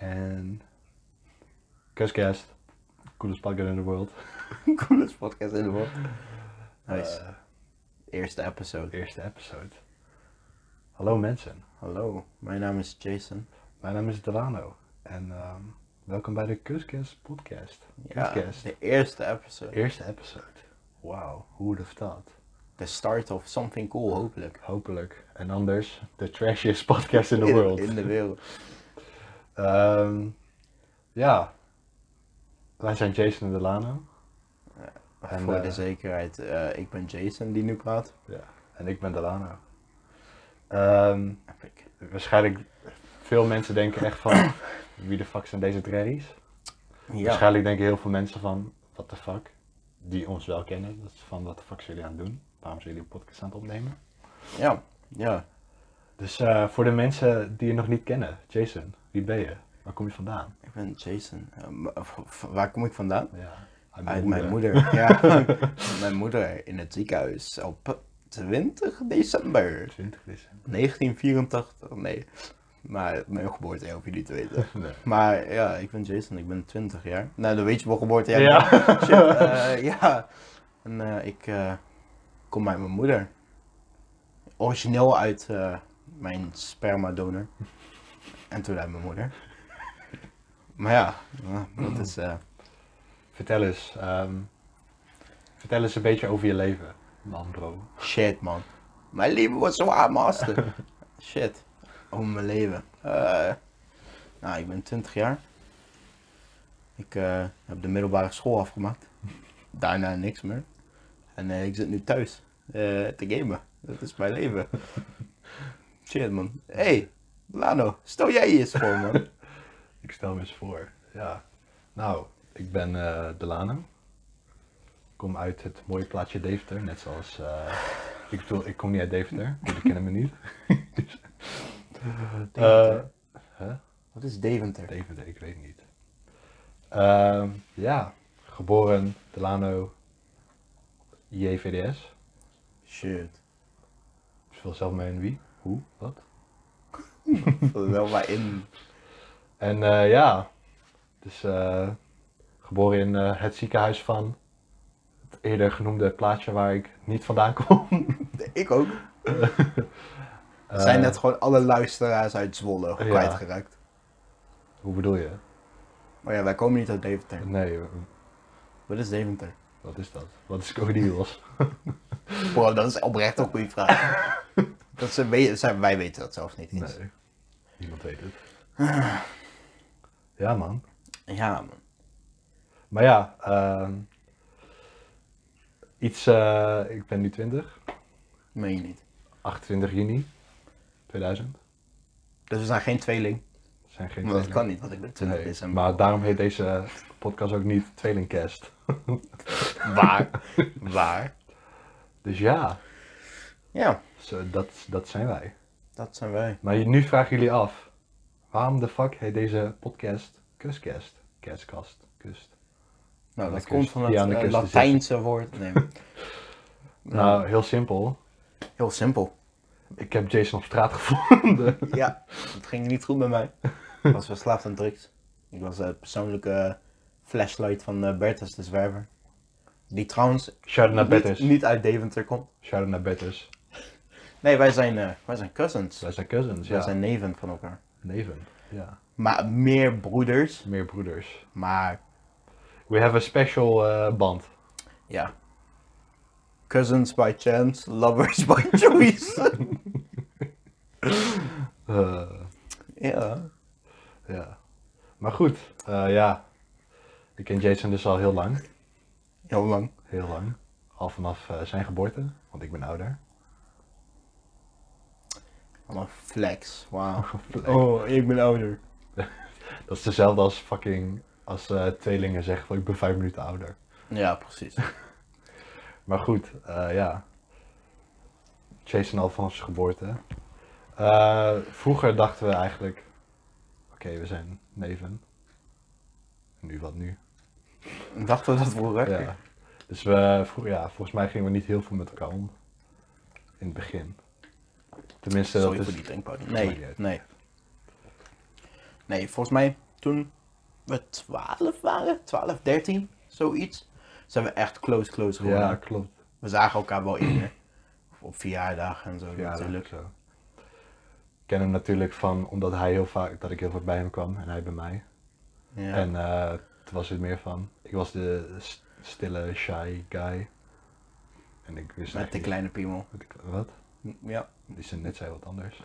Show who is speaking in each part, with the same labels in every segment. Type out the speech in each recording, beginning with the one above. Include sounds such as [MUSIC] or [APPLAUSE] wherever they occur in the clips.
Speaker 1: And Cus Cast, coolest podcast in the world.
Speaker 2: [LAUGHS] Coolest podcast in de world. Nice.
Speaker 1: Eh,
Speaker 2: Eerste episode.
Speaker 1: eerste episode. Hallo mensen,
Speaker 2: Hallo, mijn naam is Jason.
Speaker 1: mijn naam is Delano en ehm, welkom bij de Cuscast podcast.
Speaker 2: Ja,
Speaker 1: Cuscast.
Speaker 2: de eerste episode.
Speaker 1: Eerste episode. Wauw, hoe would have thought?
Speaker 2: De start of something cool, hopelijk.
Speaker 1: Hopelijk. En anders, de trashiest podcast in the world.
Speaker 2: In, de wereld.
Speaker 1: Ehm, ja, wij zijn Jason en Delano. [LAUGHS] En,
Speaker 2: Voor
Speaker 1: eh,
Speaker 2: de zekerheid, eh, ik ben Jason die nu praat.
Speaker 1: Ja, en ik ben Delano. Ehm,
Speaker 2: Epic.
Speaker 1: waarschijnlijk, veel mensen denken echt van, [CLEARS THROAT] wie de fuck zijn deze drerries?
Speaker 2: Ja,
Speaker 1: Waarschijnlijk denken heel veel mensen van, what the fuck? Die ons wel kennen, dat is van, what the fuck zijn jullie aan het doen? Waarom zijn jullie een podcast aan het opnemen?
Speaker 2: ja, ja.
Speaker 1: Dus eh, voor de mensen die je nog niet kennen, Jason, wie ben je? Waar kom je vandaan?
Speaker 2: Ik ben Jason. Eh, m- v- v- waar kom ik vandaan?
Speaker 1: Ja,
Speaker 2: Uit mijn moeder.
Speaker 1: [LAUGHS]
Speaker 2: Ja, mijn moeder in het ziekenhuis op 20 december
Speaker 1: 20 december.
Speaker 2: 1984. Nee, maar mijn geboorte hoef je niet te weten.
Speaker 1: Nee.
Speaker 2: Maar ja, ik ben Jason, ik ben 20 jaar. Nou, dan weet je wel geboortejaar.
Speaker 1: Ja.
Speaker 2: [LAUGHS] Shit, eh, ja. En eh, ik eh, kom bij mijn moeder. Origineel uit eh, mijn spermadonor. En toen uit mijn moeder. Maar ja, eh, dat is... eh,
Speaker 1: Vertel eens, ehm, vertel eens een beetje over je leven, man bro.
Speaker 2: Shit, man. Mijn leven was zwaar, master. [LAUGHS] Shit. Over mijn leven. Eh, nou, ik ben 20 jaar. Ik eh, heb de middelbare school afgemaakt. Daarna niks meer. En eh, ik zit nu thuis eh, te gamen. Dat is mijn [LAUGHS] leven. Shit, man. hey, Lano, stel jij je eens voor, [LAUGHS] man.
Speaker 1: Ik stel me eens voor, ja. Nou, ik ben eh Delano. Kom uit het mooie plaatsje Deventer, net zoals... eh, ik bedoel, ik kom niet uit Deventer, jullie kennen me niet. [LAUGHS] dus, eh,
Speaker 2: Deventer.
Speaker 1: hè?
Speaker 2: Wat is Eh, Deventer?
Speaker 1: Deventer, ik weet niet. Ehm, ja, geboren Delano JVDS.
Speaker 2: Shit.
Speaker 1: Vul zelf mee in wie, hoe, wat.
Speaker 2: Wel maar in.
Speaker 1: En eh, ja, dus eh, geboren in eh, het ziekenhuis van het eerder genoemde plaatsje waar ik niet vandaan [LAUGHS] kom. [LAUGHS]
Speaker 2: Ik ook. Zijn
Speaker 1: Eh,
Speaker 2: net gewoon alle luisteraars uit Zwolle kwijtgeraakt.
Speaker 1: Hoe bedoel je?
Speaker 2: Maar ja, wij komen niet uit Deventer.
Speaker 1: Nee,
Speaker 2: Wat is Deventer?
Speaker 1: wat is dat? Wat is Codilos?
Speaker 2: Bro, dat is oprecht een goede vraag.
Speaker 1: [LAUGHS]
Speaker 2: dat ze we- zijn, wij weten dat zelfs niet eens.
Speaker 1: Nee, niemand weet het. Ja man.
Speaker 2: Ja, man.
Speaker 1: Maar ja, ehm, iets, eh, ik ben nu 20,
Speaker 2: Meen je niet.
Speaker 1: 28 juni 2000.
Speaker 2: Dus we zijn geen tweeling.
Speaker 1: Er zijn geen
Speaker 2: Maar dat
Speaker 1: tweelingen.
Speaker 2: kan niet, want ik ben dus 20
Speaker 1: Nee,
Speaker 2: december.
Speaker 1: maar daarom heet deze podcast ook niet Tweelingcast. [LAUGHS]
Speaker 2: Waar? Waar?
Speaker 1: Dus ja,
Speaker 2: Ja,
Speaker 1: zo, dat, dat zijn wij.
Speaker 2: dat zijn wij.
Speaker 1: Maar je- nu vragen jullie af, waarom de fuck heet deze podcast Kuscast? Kerskast, kust.
Speaker 2: Nou,
Speaker 1: de
Speaker 2: dat
Speaker 1: kust.
Speaker 2: komt van het
Speaker 1: Die aan de
Speaker 2: eh,
Speaker 1: kust te
Speaker 2: Latijnse woord. Nee.
Speaker 1: Nou, heel simpel.
Speaker 2: Heel simpel.
Speaker 1: Ik heb Jason op straat [LAUGHS] gevonden.
Speaker 2: [LAUGHS] Ja, het ging niet goed met mij. Ik [LAUGHS] was verslaafd aan drugs. Ik was de persoonlijke eh, flashlight van eh, Bertus de Zwerver. Die trouwens
Speaker 1: Shout-out naar
Speaker 2: niet,
Speaker 1: Bettus.
Speaker 2: niet uit Deventer komt.
Speaker 1: Shout-out naar Bettus.
Speaker 2: Nee, wij zijn, eh, wij zijn cousins.
Speaker 1: Wij zijn cousins,
Speaker 2: Wij
Speaker 1: ja.
Speaker 2: zijn neven van elkaar.
Speaker 1: Neven, ja.
Speaker 2: Maar meer broeders.
Speaker 1: Meer broeders.
Speaker 2: Maar
Speaker 1: We have a special eh, band.
Speaker 2: ja. Cousins by chance, lovers [LAUGHS] by choice.
Speaker 1: Eh,
Speaker 2: [LAUGHS] ja.
Speaker 1: ja. Maar goed, eh, ja. Ik ken Jason dus al heel lang.
Speaker 2: Heel lang.
Speaker 1: Heel lang. Al vanaf eh, zijn geboorte, want ik ben ouder.
Speaker 2: Allemaal flex. Wauw.
Speaker 1: Flex.
Speaker 2: [LAUGHS] Oh, ik ben ouder.
Speaker 1: Dat is dezelfde als fucking als eh, tweelingen zeggen van ik ben vijf minuten ouder.
Speaker 2: Ja, precies.
Speaker 1: Maar goed, eh, ja. Jason al van zijn geboorte. Eh, vroeger dachten we eigenlijk, oké, we zijn neven. Nu wat nu?
Speaker 2: Dachten we dat vroeger?
Speaker 1: Ja. Dus we, vro- ja, volgens mij gingen we niet heel veel met elkaar om. In het begin. Tenminste,
Speaker 2: Sorry
Speaker 1: dat
Speaker 2: voor
Speaker 1: is...
Speaker 2: die drinkpauze.
Speaker 1: maakt niet
Speaker 2: Nee,
Speaker 1: uit.
Speaker 2: nee. Nee, volgens mij toen we 12 waren, 12, 13, zoiets, zijn we echt close, close geworden.
Speaker 1: Ja, klopt.
Speaker 2: We zagen elkaar wel eerder. Op verjaardagen en zo
Speaker 1: Ja,
Speaker 2: natuurlijk.
Speaker 1: natuurlijk zo. Ik ken hem natuurlijk van, omdat hij heel vaak, dat ik heel vaak bij hem kwam en hij bij mij.
Speaker 2: Ja.
Speaker 1: En eh, toen was het meer van, ik was de s- stille, shy guy. En ik wist
Speaker 2: Met de
Speaker 1: eigenlijk
Speaker 2: kleine piemel.
Speaker 1: niet- met de kle- Wat?
Speaker 2: Ja.
Speaker 1: Die zijn net zei wat anders.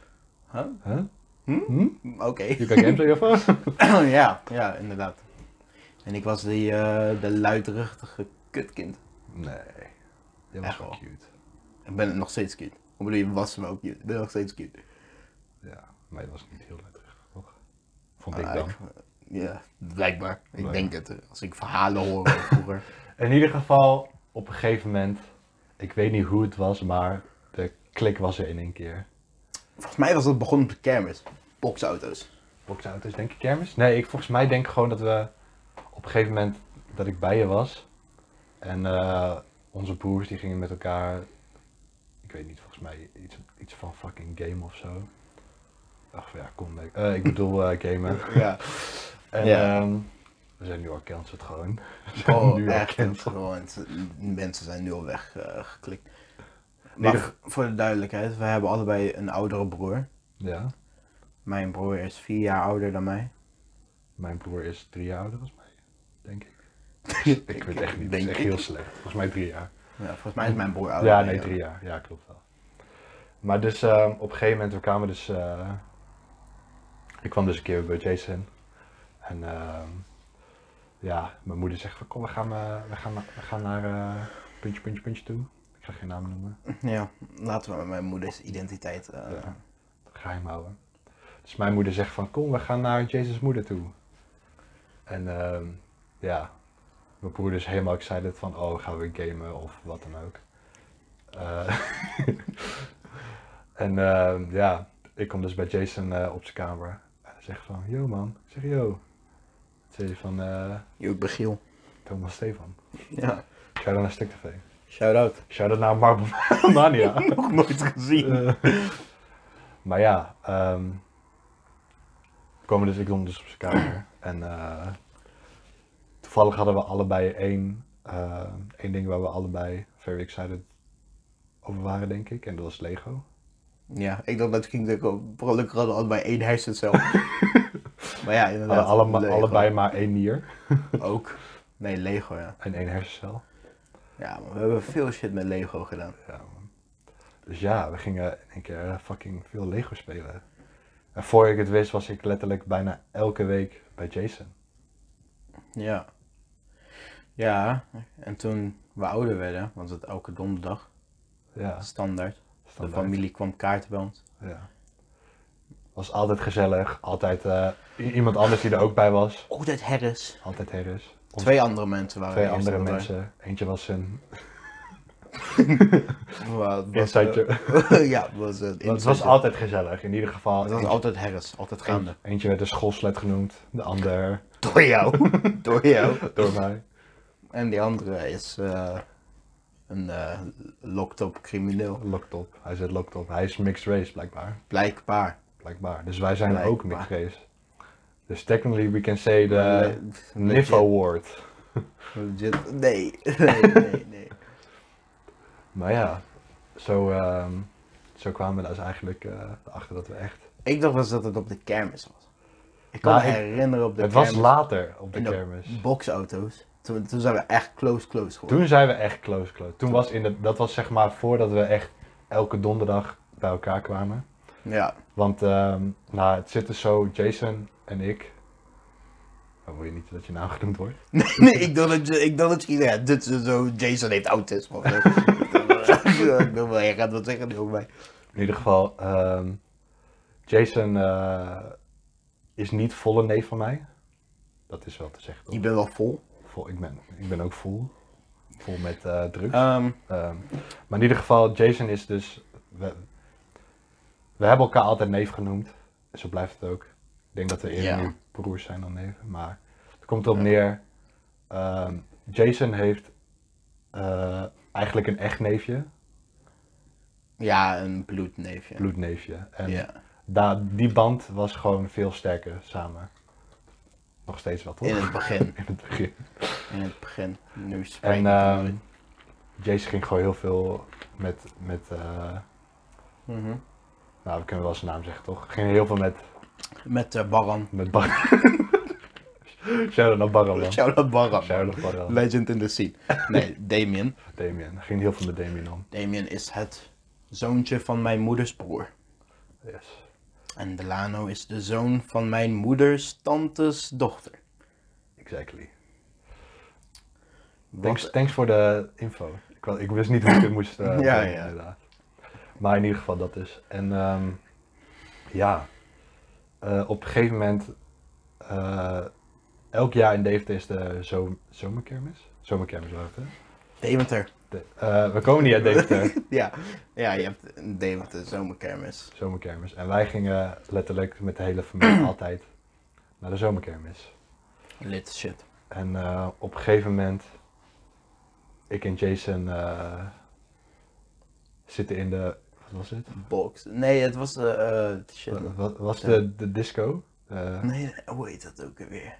Speaker 2: Huh?
Speaker 1: Huh?
Speaker 2: Hm?
Speaker 1: Hm?
Speaker 2: Oké.
Speaker 1: You can games on your
Speaker 2: [LAUGHS]
Speaker 1: phone?
Speaker 2: ja, ja, inderdaad. En ik was die, eh, de luidruchtige kutkind.
Speaker 1: Nee. Die was
Speaker 2: Echt
Speaker 1: wel
Speaker 2: wel.
Speaker 1: cute.
Speaker 2: Ik ben nog steeds cute. Ik bedoel, je was me ook cute. Ik ben nog steeds cute.
Speaker 1: Ja, maar die was niet heel leuk. toch? Vond ik
Speaker 2: Ah,
Speaker 1: dan.
Speaker 2: ja, blijkbaar. Ik
Speaker 1: Blijkbaar.
Speaker 2: denk het. eh, Als ik verhalen hoor van vroeger.
Speaker 1: In ieder geval, op een gegeven moment, ik weet niet hoe het was, maar de klik was er in één keer.
Speaker 2: [LAUGHS] Volgens mij was dat begonnen op de kermis. Boxauto's.
Speaker 1: Boxauto's, denk ik kermis? Nee, ik volgens mij denk ik gewoon dat we op een gegeven moment dat ik bij je was. En eh, onze broers die gingen met elkaar, ik weet niet, volgens mij iets, iets van fucking game of zo. Ach ja, kom. nee. Eh, ik bedoel eh, gamen.
Speaker 2: [LAUGHS] Ja.
Speaker 1: En
Speaker 2: Ja.
Speaker 1: ehm, we zijn nu al cancelled gewoon. We zijn
Speaker 2: [LAUGHS] Oh,
Speaker 1: nu al
Speaker 2: echt.
Speaker 1: cancelled.
Speaker 2: Gewoon, het- mensen zijn nu al weggeklikt.
Speaker 1: Nee,
Speaker 2: maar
Speaker 1: de-
Speaker 2: v- voor de duidelijkheid, we hebben allebei een oudere broer.
Speaker 1: Ja,
Speaker 2: Mijn broer is vier jaar ouder dan mij.
Speaker 1: mijn broer is drie jaar ouder als mij, denk
Speaker 2: [LAUGHS]
Speaker 1: ik. Ik weet
Speaker 2: Ik-
Speaker 1: echt niet, het is
Speaker 2: denk
Speaker 1: echt
Speaker 2: ik.
Speaker 1: heel slecht. Volgens mij drie jaar.
Speaker 2: Ja, volgens mij is mijn broer ouder.
Speaker 1: Ja,
Speaker 2: dan
Speaker 1: nee,
Speaker 2: jou.
Speaker 1: drie jaar. Ja, klopt wel. Maar dus ehm, op een gegeven moment, we kwamen dus... eh, ik kwam dus een keer bij Jason. En ehm, ja, mijn moeder zegt van kom, we gaan, eh, we gaan, we gaan naar eh, puntje, puntje, puntje toe. Ik ga geen namen noemen.
Speaker 2: Ja, laten we met mijn moeders identiteit. eh,
Speaker 1: Ja. geheim houden. Dus mijn moeder zegt van kom, we gaan naar Jezus moeder toe. En ehm, ja, mijn broer is helemaal excited van oh, gaan we gamen of wat dan ook. Eh, [LAUGHS] en ehm, ja, ik kom dus bij Jason eh, op zijn kamer. En hij zegt van, yo man. Ik zeg, yo. Het is van eh,
Speaker 2: Joop Begiel.
Speaker 1: Thomas Stefan.
Speaker 2: Ja.
Speaker 1: Shout-out naar Stuk TV.
Speaker 2: Shout out.
Speaker 1: Shout-out naar Marble [LAUGHS] Mania.
Speaker 2: [LAUGHS] Nog nooit [LAUGHS] gezien.
Speaker 1: Eh, maar ja, ehm, we komen dus, ik kom dus op zijn kamer. En eh, toevallig hadden we allebei één, eh, één ding waar we allebei very excited over waren, denk ik. En dat was Lego.
Speaker 2: Ja, ik dacht dat ging ook per ongeluk hadden we allebei één
Speaker 1: [LAUGHS]
Speaker 2: huis hetzelfde. maar ja,
Speaker 1: Alle,
Speaker 2: inderdaad.
Speaker 1: allema-
Speaker 2: Lego.
Speaker 1: allebei maar één nier
Speaker 2: Ook. Nee, Lego, ja.
Speaker 1: en één hersencel.
Speaker 2: Ja, maar we hebben veel shit met Lego gedaan.
Speaker 1: Ja, man. Dus ja, we gingen in één keer eh, fucking veel Lego spelen. En voor ik het wist, was ik letterlijk bijna elke week bij Jason.
Speaker 2: Ja. Ja, en toen we ouder werden, want het elke donderdag,
Speaker 1: Ja,
Speaker 2: standaard,
Speaker 1: standaard.
Speaker 2: de familie kwam kaarten bij ons.
Speaker 1: Ja. Was altijd gezellig, altijd eh, i- iemand anders die er ook bij was.
Speaker 2: Ook Oh, dat Harris.
Speaker 1: Altijd Harris. Ons
Speaker 2: Twee andere mensen waren
Speaker 1: twee
Speaker 2: er Oh, eerst
Speaker 1: andere
Speaker 2: erbij.
Speaker 1: mensen. Eentje was een.
Speaker 2: Maar het [LAUGHS] was,
Speaker 1: Inside
Speaker 2: eh, ja, het was, eh,
Speaker 1: Maar Het
Speaker 2: inside
Speaker 1: was
Speaker 2: joke.
Speaker 1: altijd gezellig, in ieder geval.
Speaker 2: Het was
Speaker 1: Eentje-
Speaker 2: altijd Harris, altijd gaande.
Speaker 1: Eentje werd een schoolslet genoemd, de ander
Speaker 2: Door jou. [LAUGHS]
Speaker 1: [LAUGHS]
Speaker 2: Door jou.
Speaker 1: door mij.
Speaker 2: En die andere is eh, een eh locked up crimineel.
Speaker 1: Locked op. Hij zit locked op. Hij is mixed race, blijkbaar.
Speaker 2: Blijkbaar.
Speaker 1: blijkbaar. Dus wij zijn ook
Speaker 2: Blijkbaar.
Speaker 1: mixed race. Dus technically we can say the
Speaker 2: Le-
Speaker 1: NIF Award.
Speaker 2: Eh, Legit. Nee. [LAUGHS] nee, nee, nee.
Speaker 1: Maar ja, zo, ehm, zo kwamen we dus eigenlijk eh, achter dat we echt
Speaker 2: Ik dacht dus dat het op de kermis was. Ik kan
Speaker 1: Nou,
Speaker 2: me
Speaker 1: ik-
Speaker 2: herinneren op de
Speaker 1: het
Speaker 2: kermis.
Speaker 1: was later op de
Speaker 2: in de
Speaker 1: kermis.
Speaker 2: boxauto's. Toen, toen zijn we echt close, close geworden.
Speaker 1: Toen zijn we echt close, close. Toen was in de, dat was zeg maar voordat we echt elke donderdag bij elkaar kwamen.
Speaker 2: Ja.
Speaker 1: [LAUGHS] Want ehm, nou, het zit dus zo, Jason en ik. Oh, wil je niet dat je naam genoemd wordt?
Speaker 2: Nee, nee, ik dacht dat, je- ik dacht dat je- ja, dit is zo, Jason heeft
Speaker 1: [LAUGHS]
Speaker 2: autisme of zo. [LAUGHS] Ik dacht, wel, Jij gaat wat zeggen over mij.
Speaker 1: In ieder geval, ehm, Jason eh, is niet volle neef van mij. Dat is wel te zeggen.
Speaker 2: Je
Speaker 1: toch?
Speaker 2: bent wel vol.
Speaker 1: Vol, ik, ben, ik ben ook vol. Vol met eh drugs.
Speaker 2: Ehm,
Speaker 1: Ehm, maar in ieder geval, Jason is dus. We, we hebben elkaar altijd neef genoemd. En zo blijft het ook. Ik denk dat we eerder
Speaker 2: Ja.
Speaker 1: meer broers zijn dan neven. Maar het komt erop neer. ehm, Jason heeft eh, eigenlijk een echt neefje,
Speaker 2: ja, een bloedneefje.
Speaker 1: bloedneefje. En
Speaker 2: Ja.
Speaker 1: da- die band was gewoon veel sterker samen. Nog steeds wel, toch?
Speaker 2: In het begin.
Speaker 1: [LAUGHS] In het begin.
Speaker 2: In het begin. Nu spreek
Speaker 1: En
Speaker 2: ik
Speaker 1: ehm
Speaker 2: ehm
Speaker 1: Jason ging gewoon heel veel met, met eh,
Speaker 2: Mhm.
Speaker 1: nou we kunnen wel zijn naam zeggen toch? Ging heel veel met,
Speaker 2: Met eh, Barran.
Speaker 1: met Bar. [LAUGHS] Shout-out naar Barra man.
Speaker 2: Shout out Barran. man.
Speaker 1: Shout-out naar Barra.
Speaker 2: Legend in the scene. Nee, [LAUGHS] Damien.
Speaker 1: Damien. Ging heel veel met Damien om.
Speaker 2: Damien is het zoontje van mijn moeders broer.
Speaker 1: Yes.
Speaker 2: En Delano is de zoon van mijn moeders tantes dochter.
Speaker 1: Exactly.
Speaker 2: Wat-
Speaker 1: Thanks, thanks voor de info. Ik, wa- ik wist niet hoe ik het moest. eh,
Speaker 2: Ja,
Speaker 1: brengen,
Speaker 2: ja.
Speaker 1: inderdaad. Maar in ieder geval dat is. En ehm, ja, Eh, op een gegeven moment, eh, elk jaar in Deventer is de zo zomerkermis. Zomerkermis was het, hè?
Speaker 2: Deventer.
Speaker 1: De- eh, we komen niet uit Deventer,
Speaker 2: ja. ja, je hebt een Deventer zomerkermis.
Speaker 1: zomerkermis. En wij gingen letterlijk met de hele
Speaker 2: [CLEARS THROAT]
Speaker 1: familie altijd naar de zomerkermis.
Speaker 2: Lit shit.
Speaker 1: En eh, op een gegeven moment, ik en Jason eh, zitten in de, wat was het?
Speaker 2: Box. Nee, het was de... eh, shit. Mm,
Speaker 1: Wa- wa- was de, de disco? Eh,
Speaker 2: Nee, hoe heet dat ook weer?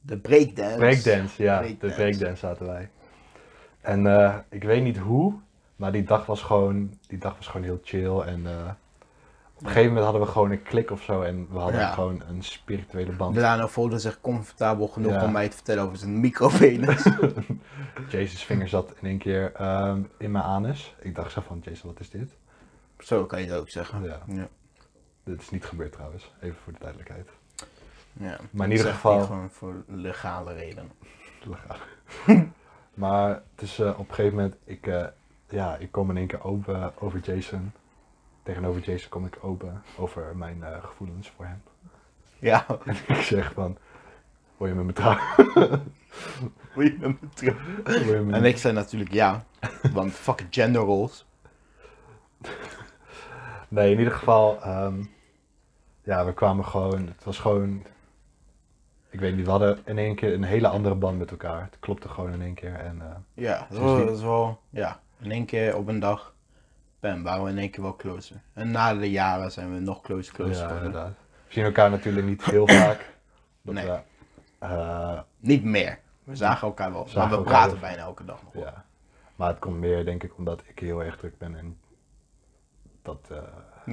Speaker 2: De breakdance.
Speaker 1: breakdance, ja, de
Speaker 2: Breakdance.
Speaker 1: breakdance zaten wij. En eh, ik weet niet hoe, maar die dag was gewoon, die dag was gewoon heel chill. En eh, op een gegeven moment hadden we gewoon een klik of zo en we hadden
Speaker 2: Ja.
Speaker 1: gewoon een spirituele band.
Speaker 2: Delano voelde zich comfortabel genoeg
Speaker 1: Ja.
Speaker 2: om mij te vertellen over
Speaker 1: [LAUGHS]
Speaker 2: zijn microvenus.
Speaker 1: Jason's vinger zat in één keer ehm, in mijn anus. Ik dacht zo van, Jason, wat is dit?
Speaker 2: Zo kan je het ook zeggen.
Speaker 1: Ja.
Speaker 2: Ja.
Speaker 1: Dit is niet gebeurd trouwens, even voor de duidelijkheid.
Speaker 2: Ja.
Speaker 1: Maar in
Speaker 2: Dat
Speaker 1: ieder
Speaker 2: zegt
Speaker 1: geval-
Speaker 2: hij gewoon voor legale redenen.
Speaker 1: Legaal. [LAUGHS] maar het is eh, op een gegeven moment, ik, eh, ja, ik kom in één keer open over Jason. Tegenover Jason kom ik open over mijn eh, gevoelens voor hem. [LAUGHS]
Speaker 2: Ja, [LAUGHS]
Speaker 1: En ik zeg van, wil je met me [LAUGHS] trouwen?
Speaker 2: wil je
Speaker 1: [LAUGHS]
Speaker 2: met me trouwen?
Speaker 1: Wil je met
Speaker 2: En
Speaker 1: me-
Speaker 2: ik zei natuurlijk
Speaker 1: [LAUGHS]
Speaker 2: ja, want fuck gender roles.
Speaker 1: Nee, in ieder geval, ehm, ja, we kwamen gewoon, het was gewoon, ik weet niet, we hadden in één keer een hele andere band met elkaar. Het klopte gewoon in één keer en eh,
Speaker 2: Ja, dat
Speaker 1: Dus
Speaker 2: was,
Speaker 1: die-
Speaker 2: dat is wel, ja, in één keer op een dag, bam, waren we in één keer wel closer. En na de jaren zijn we nog close, close
Speaker 1: ja,
Speaker 2: geworden.
Speaker 1: inderdaad. We zien elkaar natuurlijk niet heel [CLEARS THROAT] vaak. Dat
Speaker 2: Nee.
Speaker 1: we, eh,
Speaker 2: Niet meer. We zagen elkaar wel,
Speaker 1: Zagen
Speaker 2: maar we
Speaker 1: elkaar
Speaker 2: praten
Speaker 1: wel.
Speaker 2: bijna elke dag nog. wel.
Speaker 1: Ja, maar het komt meer denk ik omdat ik heel erg druk ben en dat eh,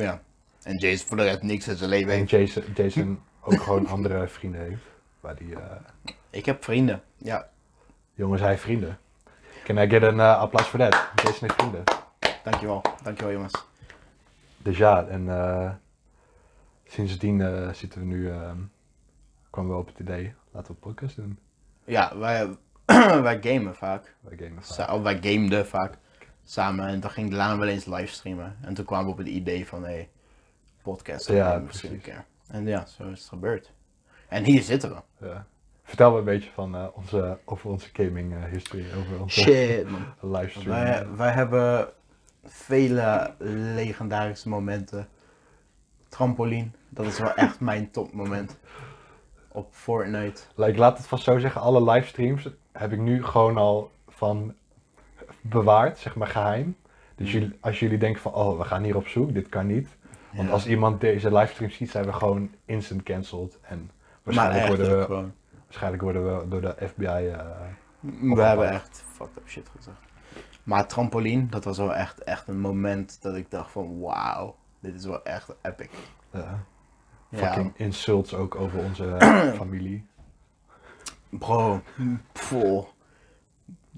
Speaker 2: Ja. En Jason voor de rest niks in zijn leven
Speaker 1: en
Speaker 2: heeft.
Speaker 1: Jason, Jason ook gewoon andere vrienden heeft. Waar die, eh,
Speaker 2: Ik heb vrienden. Ja,
Speaker 1: jongens, hij heeft vrienden. Can I get een eh, applaus voor dat? Jason heeft vrienden.
Speaker 2: dankjewel. Dankjewel jongens.
Speaker 1: Dus ja, en eh, sindsdien eh, zitten we nu, ehm, kwamen we op het idee, laten we een podcast doen.
Speaker 2: Ja, wij, [CLEARS THROAT] wij gamen vaak.
Speaker 1: Wij gamen vaak.
Speaker 2: Sa- of wij gameden vaak samen. En dan ging Delano wel eens livestreamen. En toen kwamen we op het idee van, hé, hey, podcast
Speaker 1: Ja,
Speaker 2: opnemen misschien een keer. En ja, zo is het gebeurd. En hier zitten we.
Speaker 1: Ja. Vertel me een beetje van, eh, onze, over onze gaming eh, history, over onze
Speaker 2: Shit, man.
Speaker 1: livestream.
Speaker 2: Wij, wij hebben vele legendarische momenten. Trampoline, dat is wel echt mijn topmoment. Op Fortnite.
Speaker 1: Like, laat het vast zo zeggen, alle livestreams heb ik nu gewoon al van bewaard, zeg maar geheim. Dus
Speaker 2: Mm.
Speaker 1: jullie, als jullie denken van, oh, we gaan hier op zoek, dit kan niet. Want
Speaker 2: Ja.
Speaker 1: als iemand deze livestream ziet, zijn we gewoon instant cancelled. En waarschijnlijk,
Speaker 2: Maar echt ook
Speaker 1: worden, we,
Speaker 2: gewoon.
Speaker 1: waarschijnlijk worden we door de FBI... eh,
Speaker 2: We hebben echt fucked up shit gezegd. Maar trampoline, dat was wel echt, echt een moment dat ik dacht van wauw, dit is wel echt epic.
Speaker 1: eh,
Speaker 2: Ja,
Speaker 1: fucking insults ook over onze eh,
Speaker 2: [CLEARS THROAT]
Speaker 1: familie.
Speaker 2: bro, vol.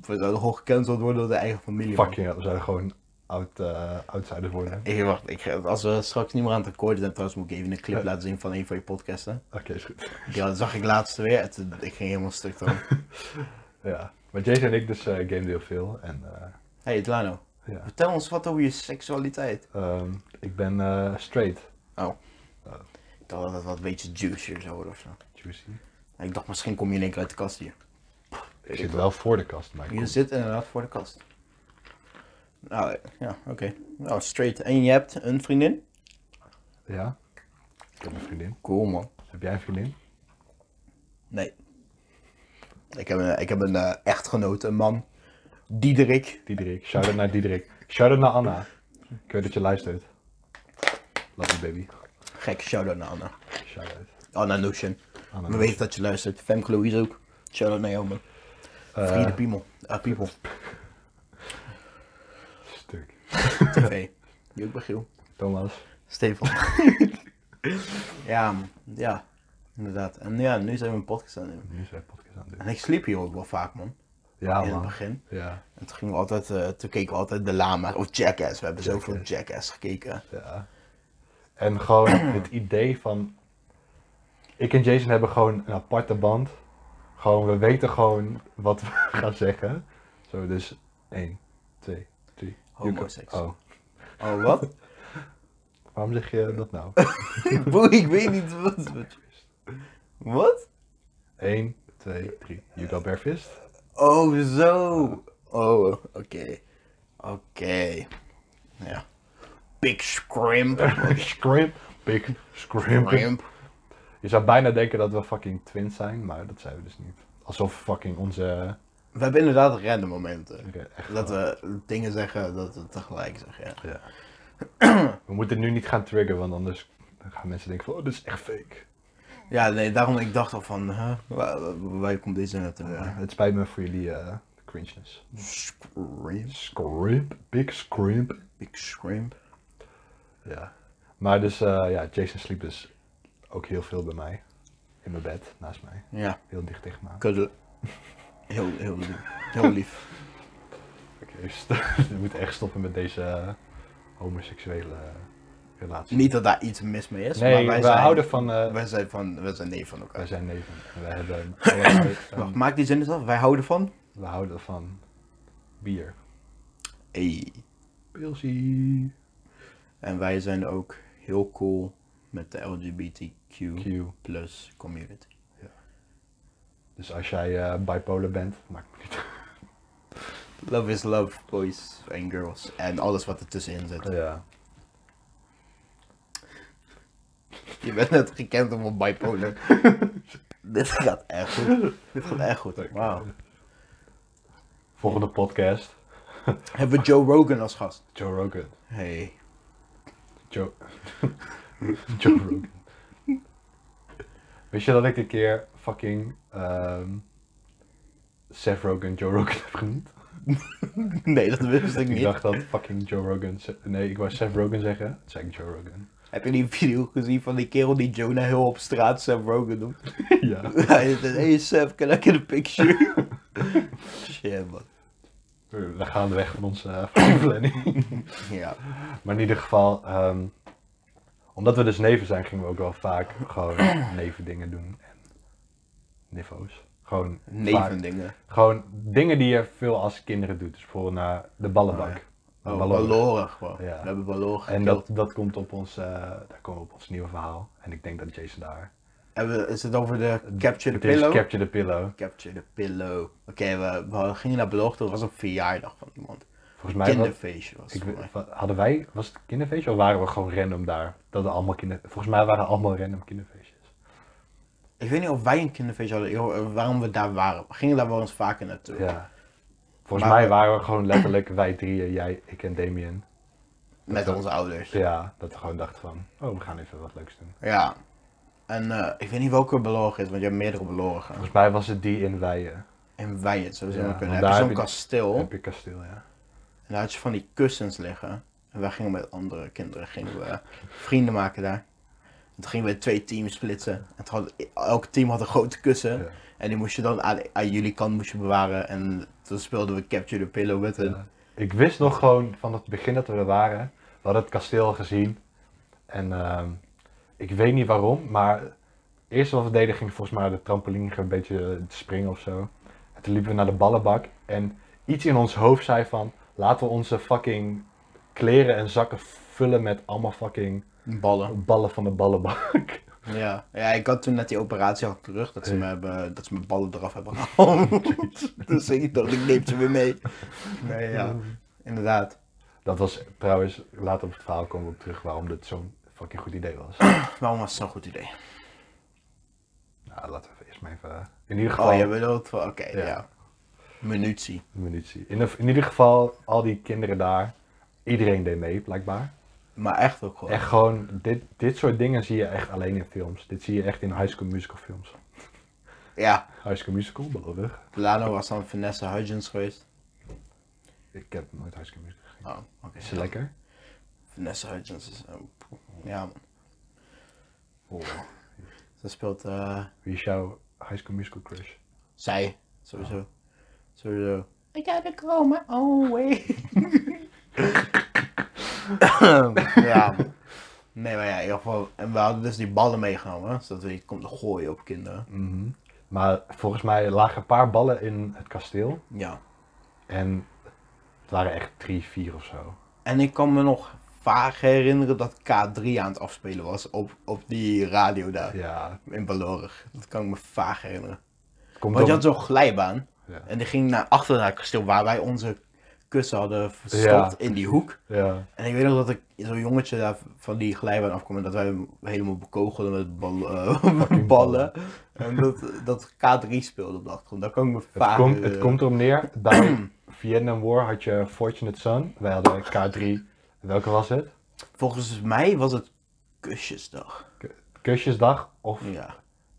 Speaker 2: We zouden gewoon gecanceld worden door de eigen familie. man.
Speaker 1: Fucking, ja, we zouden gewoon out, eh, outsiders worden.
Speaker 2: Hey, wacht, ik, ga- als we straks niet meer aan het akkoord zijn, trouwens moet ik even een clip laten zien van een van je podcasten.
Speaker 1: Oké, is goed.
Speaker 2: Ja, dat zag ik laatst weer. en toen- ik ging helemaal stuk dan.
Speaker 1: Ja. Maar Jason en ik dus eh gameden heel veel. En eh,
Speaker 2: Hey, Delano,
Speaker 1: ja...
Speaker 2: vertel ons wat over je seksualiteit.
Speaker 1: Ehm, ik ben eh, straight.
Speaker 2: Oh. Ik dacht dat het wat beetje juicier zou worden of zo.
Speaker 1: Juicy.
Speaker 2: Ik dacht, misschien kom je in één keer uit de kast hier.
Speaker 1: Ik zit wel voor de kast, maar ik
Speaker 2: Je
Speaker 1: kom-
Speaker 2: zit inderdaad voor de kast. Nou, ja, oké. Nou, straight. En je hebt een vriendin?
Speaker 1: Ja? Ik heb een vriendin.
Speaker 2: Cool, man.
Speaker 1: Heb jij een vriendin?
Speaker 2: Nee. Ik heb een, ik heb een eh, echtgenoot, een man. Diederik.
Speaker 1: Diederik. Shout-out naar Diederik. Shout-out naar Anna. Ik weet dat je luistert. Love you, baby.
Speaker 2: Gek, shout-out naar Anna.
Speaker 1: Shout-out.
Speaker 2: Anna Nushin.
Speaker 1: aan het
Speaker 2: We weten dat je luistert. Femke Louise ook. Shout-out Naomi.
Speaker 1: Eh,
Speaker 2: Vrienden Piemel. Ah, [LAUGHS] People.
Speaker 1: stuk.
Speaker 2: TV. Juk Begiel.
Speaker 1: Thomas.
Speaker 2: Stefan. [LAUGHS] ja, man. ja. Inderdaad. En ja, nu zijn we een podcast aan het doen.
Speaker 1: Nu is hij podcast aan het doen.
Speaker 2: En ik sliep hier ook wel vaak, man.
Speaker 1: Ja,
Speaker 2: In het
Speaker 1: man.
Speaker 2: begin.
Speaker 1: Ja,
Speaker 2: En toen, gingen we altijd, eh, toen keken we altijd de lama of Jackass. We hebben zoveel
Speaker 1: Jackass.
Speaker 2: Jackass gekeken.
Speaker 1: ja. En
Speaker 2: [CLEARS THROAT]
Speaker 1: gewoon het idee van... Ik en Jason hebben gewoon een aparte band. Gewoon, we weten gewoon wat we [LAUGHS] gaan zeggen. Zo, dus 1, 2, 3.
Speaker 2: Homoseks.
Speaker 1: Oh,
Speaker 2: Oh, [LAUGHS] wat?
Speaker 1: waarom zeg je dat
Speaker 2: [LAUGHS]
Speaker 1: nou?
Speaker 2: Boe, ik weet niet wat. wat- Wat?
Speaker 1: 1, 2, 3. You got bare
Speaker 2: [LAUGHS]
Speaker 1: fist? [LAUGHS]
Speaker 2: Oh, zo. Oh, oké. Oké. Ja. Big Scrimp. [LAUGHS]
Speaker 1: Scrimp. Big scrimp.
Speaker 2: Scrimp.
Speaker 1: Je zou bijna denken dat we fucking twins zijn, maar dat zijn we dus niet. Alsof fucking onze...
Speaker 2: We hebben inderdaad random momenten.
Speaker 1: Oké, echt
Speaker 2: Dat we dingen zeggen dat we tegelijk zeggen, ja.
Speaker 1: Ja. we moeten nu niet gaan triggeren, want anders gaan mensen denken van, oh, dit is echt fake.
Speaker 2: Ja, nee, daarom ik dacht al van, huh, waar, waar- waar komt deze naartoe?
Speaker 1: Het spijt me voor jullie eh cringeness.
Speaker 2: Scrimp.
Speaker 1: Scrimp, big scrimp.
Speaker 2: Big Scrimp.
Speaker 1: Ja. Maar dus, eh, ja, Jason sliep dus ook heel veel bij mij. In mijn bed, naast mij.
Speaker 2: Ja,
Speaker 1: Heel dicht tegen me aan.
Speaker 2: kudde. Heel, heel lief. Heel lief.
Speaker 1: Oké, [LAUGHS] st- we moeten echt stoppen met deze eh, homoseksuele eh, relatie.
Speaker 2: Niet dat daar iets mis mee is, maar
Speaker 1: nee,
Speaker 2: wij
Speaker 1: we
Speaker 2: zijn,
Speaker 1: houden van... eh,
Speaker 2: wij zijn van, wij zijn nee van
Speaker 1: wij
Speaker 2: elkaar.
Speaker 1: zijn neven. En wij
Speaker 2: [COUGHS]
Speaker 1: hebben allebei,
Speaker 2: Wacht,
Speaker 1: ehm,
Speaker 2: maak die zin eens af. Wij houden van?
Speaker 1: we houden van bier.
Speaker 2: Ey.
Speaker 1: Pilsie.
Speaker 2: En wij zijn ook heel cool met de LGBTQ
Speaker 1: Q.
Speaker 2: plus community.
Speaker 1: Dus als jij eh, bipolar bent, maakt het niet uit.
Speaker 2: Love is love, boys en girls. En alles wat er tussenin zit.
Speaker 1: Ja.
Speaker 2: Je bent net gekend om een bipolar. [LAUGHS] Dit gaat echt goed. Dit gaat echt goed. Wauw.
Speaker 1: Volgende podcast.
Speaker 2: Hebben we Joe Rogan als gast?
Speaker 1: Joe Rogan.
Speaker 2: Hey. [LAUGHS]
Speaker 1: Joe... [LAUGHS] Joe Rogan. Wist je dat ik een keer fucking ehm Seth Rogan Joe Rogan heb genoemd?
Speaker 2: Nee, dat wist
Speaker 1: Ik
Speaker 2: ik niet.
Speaker 1: dacht dat fucking Joe Rogan... Seth- Nee, ik wou Seth Rogan zeggen. Toen zei ik Joe Rogan.
Speaker 2: Heb je die video gezien van die kerel die Jonah Hill op straat Seth Rogan noemt?
Speaker 1: [LAUGHS] [LAUGHS] ja.
Speaker 2: Hij zegt, hey Seth, can I get a
Speaker 1: [LAUGHS]
Speaker 2: picture? Shit, man.
Speaker 1: We gaan de weg van onze eh, planning.
Speaker 2: Ja.
Speaker 1: Maar in ieder geval, ehm, omdat we dus neven zijn, gingen we ook wel vaak
Speaker 2: [CLEARS THROAT]
Speaker 1: gewoon neven dingen doen. En niveaus. Gewoon, vaak-
Speaker 2: Nevendingen.
Speaker 1: gewoon dingen die je veel als kinderen doet. Dus bijvoorbeeld naar de ballenbak.
Speaker 2: Oh ja.
Speaker 1: Naar
Speaker 2: Oh,
Speaker 1: ballonnen.
Speaker 2: Balloren gewoon.
Speaker 1: Ja.
Speaker 2: We hebben Balloren
Speaker 1: En
Speaker 2: gekild.
Speaker 1: dat, dat komt op ons, eh, daar komen we op ons nieuwe verhaal. En ik denk dat Jason daar...
Speaker 2: Hebben we- Is het over de Capture
Speaker 1: Het
Speaker 2: the
Speaker 1: is
Speaker 2: Pillow?
Speaker 1: Capture the Pillow.
Speaker 2: Capture the Pillow. Oké, we, we gingen naar Balloren toe. Het was een verjaardag van iemand.
Speaker 1: Volgens mij was,
Speaker 2: Kinderfeestje was
Speaker 1: ik,
Speaker 2: het voor mij.
Speaker 1: wa- hadden wij, was het een kinderfeestje of waren we gewoon random daar? Dat er allemaal kinder, volgens mij waren het allemaal random kinderfeestjes.
Speaker 2: Ik weet niet of wij een kinderfeestje hadden, joh, eh, waarom we daar waren. We gingen daar wel eens vaker naartoe.
Speaker 1: Ja. Volgens
Speaker 2: Maar-
Speaker 1: mij waren we gewoon letterlijk [CLEARS THROAT] wij drieën, jij, ik en Damien.
Speaker 2: Met onze ouders. Ja.
Speaker 1: Ja, dat we gewoon dachten van, oh, we gaan even wat leuks doen.
Speaker 2: En eh, ik weet niet welke belogen is, want je hebt meerdere belogen. gehad.
Speaker 1: Volgens mij was het die in Weijen.
Speaker 2: En wij het sowieso
Speaker 1: Ja,
Speaker 2: maar kunnen.
Speaker 1: want
Speaker 2: Dan heb
Speaker 1: daar
Speaker 2: je zo'n
Speaker 1: heb je-
Speaker 2: kasteel
Speaker 1: Heb je kasteel, ja.
Speaker 2: en daar had je van die kussens liggen. En wij gingen met andere kinderen gingen we eh, vrienden maken daar. En toen gingen we in twee teams splitsen. En toen had, elk team had een grote kussen.
Speaker 1: Ja.
Speaker 2: En die moest je dan aan, aan jullie kant moest je bewaren. En toen speelden we Capture the Pillow met hen.
Speaker 1: Ja. Ik wist nog gewoon van het begin dat we er waren. We hadden het kasteel gezien. En ehm, ik weet niet waarom, maar het eerste wat we deden ging volgens mij de trampoline een beetje te springen of zo. En toen liepen we naar de ballenbak. En iets in ons hoofd zei van, laten we onze fucking kleren en zakken vullen met allemaal fucking
Speaker 2: Ballen.
Speaker 1: ballen van de ballenbak. [LAUGHS]
Speaker 2: Ja. ja, ik had toen net die operatie achter de rug, dat ze,
Speaker 1: Ja.
Speaker 2: me hebben, dat ze mijn ballen eraf hebben [LAUGHS] gehaald. dus ik dacht, ik neem ze weer mee. Nee, ja, inderdaad.
Speaker 1: Dat was trouwens, later op het verhaal komen we op terug waarom dit zo'n fucking goed idee was.
Speaker 2: Waarom was het zo'n goed idee?
Speaker 1: nou, laten we even eerst maar even. In ieder geval,
Speaker 2: Oh, jij bedoelt van, oké,
Speaker 1: Ja.
Speaker 2: ja. Munitie.
Speaker 1: munitie. In, in ieder geval, al die kinderen daar, iedereen deed mee, blijkbaar.
Speaker 2: Maar echt ook gewoon.
Speaker 1: Echt gewoon, dit, dit soort dingen zie je echt alleen in films. Dit zie je echt in High School Musical films.
Speaker 2: Ja,
Speaker 1: High School Musical, belovig.
Speaker 2: Lano was dan Vanessa Hudgens geweest.
Speaker 1: Ik heb nooit High School Musical gezien.
Speaker 2: Oh, oké.
Speaker 1: Is ze lekker?
Speaker 2: Vanessa Hudgens is... oh, poeh. ja, man.
Speaker 1: Oh.
Speaker 2: Ze speelt... eh,
Speaker 1: Wie is jouw High School Musical crush?
Speaker 2: zij, sowieso. Sowieso.
Speaker 3: I gotta go my own way.
Speaker 2: [LAUGHS] ja, man. Nee, maar ja, in ieder geval... En we hadden dus die ballen meegenomen, hè, zodat we niet konden gooien op kinderen.
Speaker 1: Mhm. Maar volgens mij lagen een paar ballen in het kasteel.
Speaker 2: Ja.
Speaker 1: En het waren echt drie, vier of zo.
Speaker 2: En ik kan me nog vaag herinneren dat K3 aan het afspelen was op, op die radio daar.
Speaker 1: Ja,
Speaker 2: In Ballorig. Dat kan ik me vaag herinneren.
Speaker 1: het komt
Speaker 2: Want je had
Speaker 1: door-
Speaker 2: zo'n glijbaan.
Speaker 1: Ja.
Speaker 2: En die ging naar achter naar het kasteel waar wij onze kussen hadden verstopt in die hoek.
Speaker 1: Ja.
Speaker 2: En ik weet nog dat ik zo'n jongetje daar van die glijbaan afkwam en dat wij hem helemaal bekogelden met bal- eh, [LAUGHS] ballen.
Speaker 1: ballen.
Speaker 2: En dat, dat K3 speelde op de achtergrond. Daar kan ik me
Speaker 1: Het,
Speaker 2: vaak...
Speaker 1: komt, het
Speaker 2: eh,
Speaker 1: komt erop neer,
Speaker 2: [CLEARS THROAT]
Speaker 1: bij Vietnam War had je Fortunate Son. Wij hadden K3. Welke was het?
Speaker 2: Volgens mij was het kusjesdag.
Speaker 1: Kusjesdag of
Speaker 2: Ja.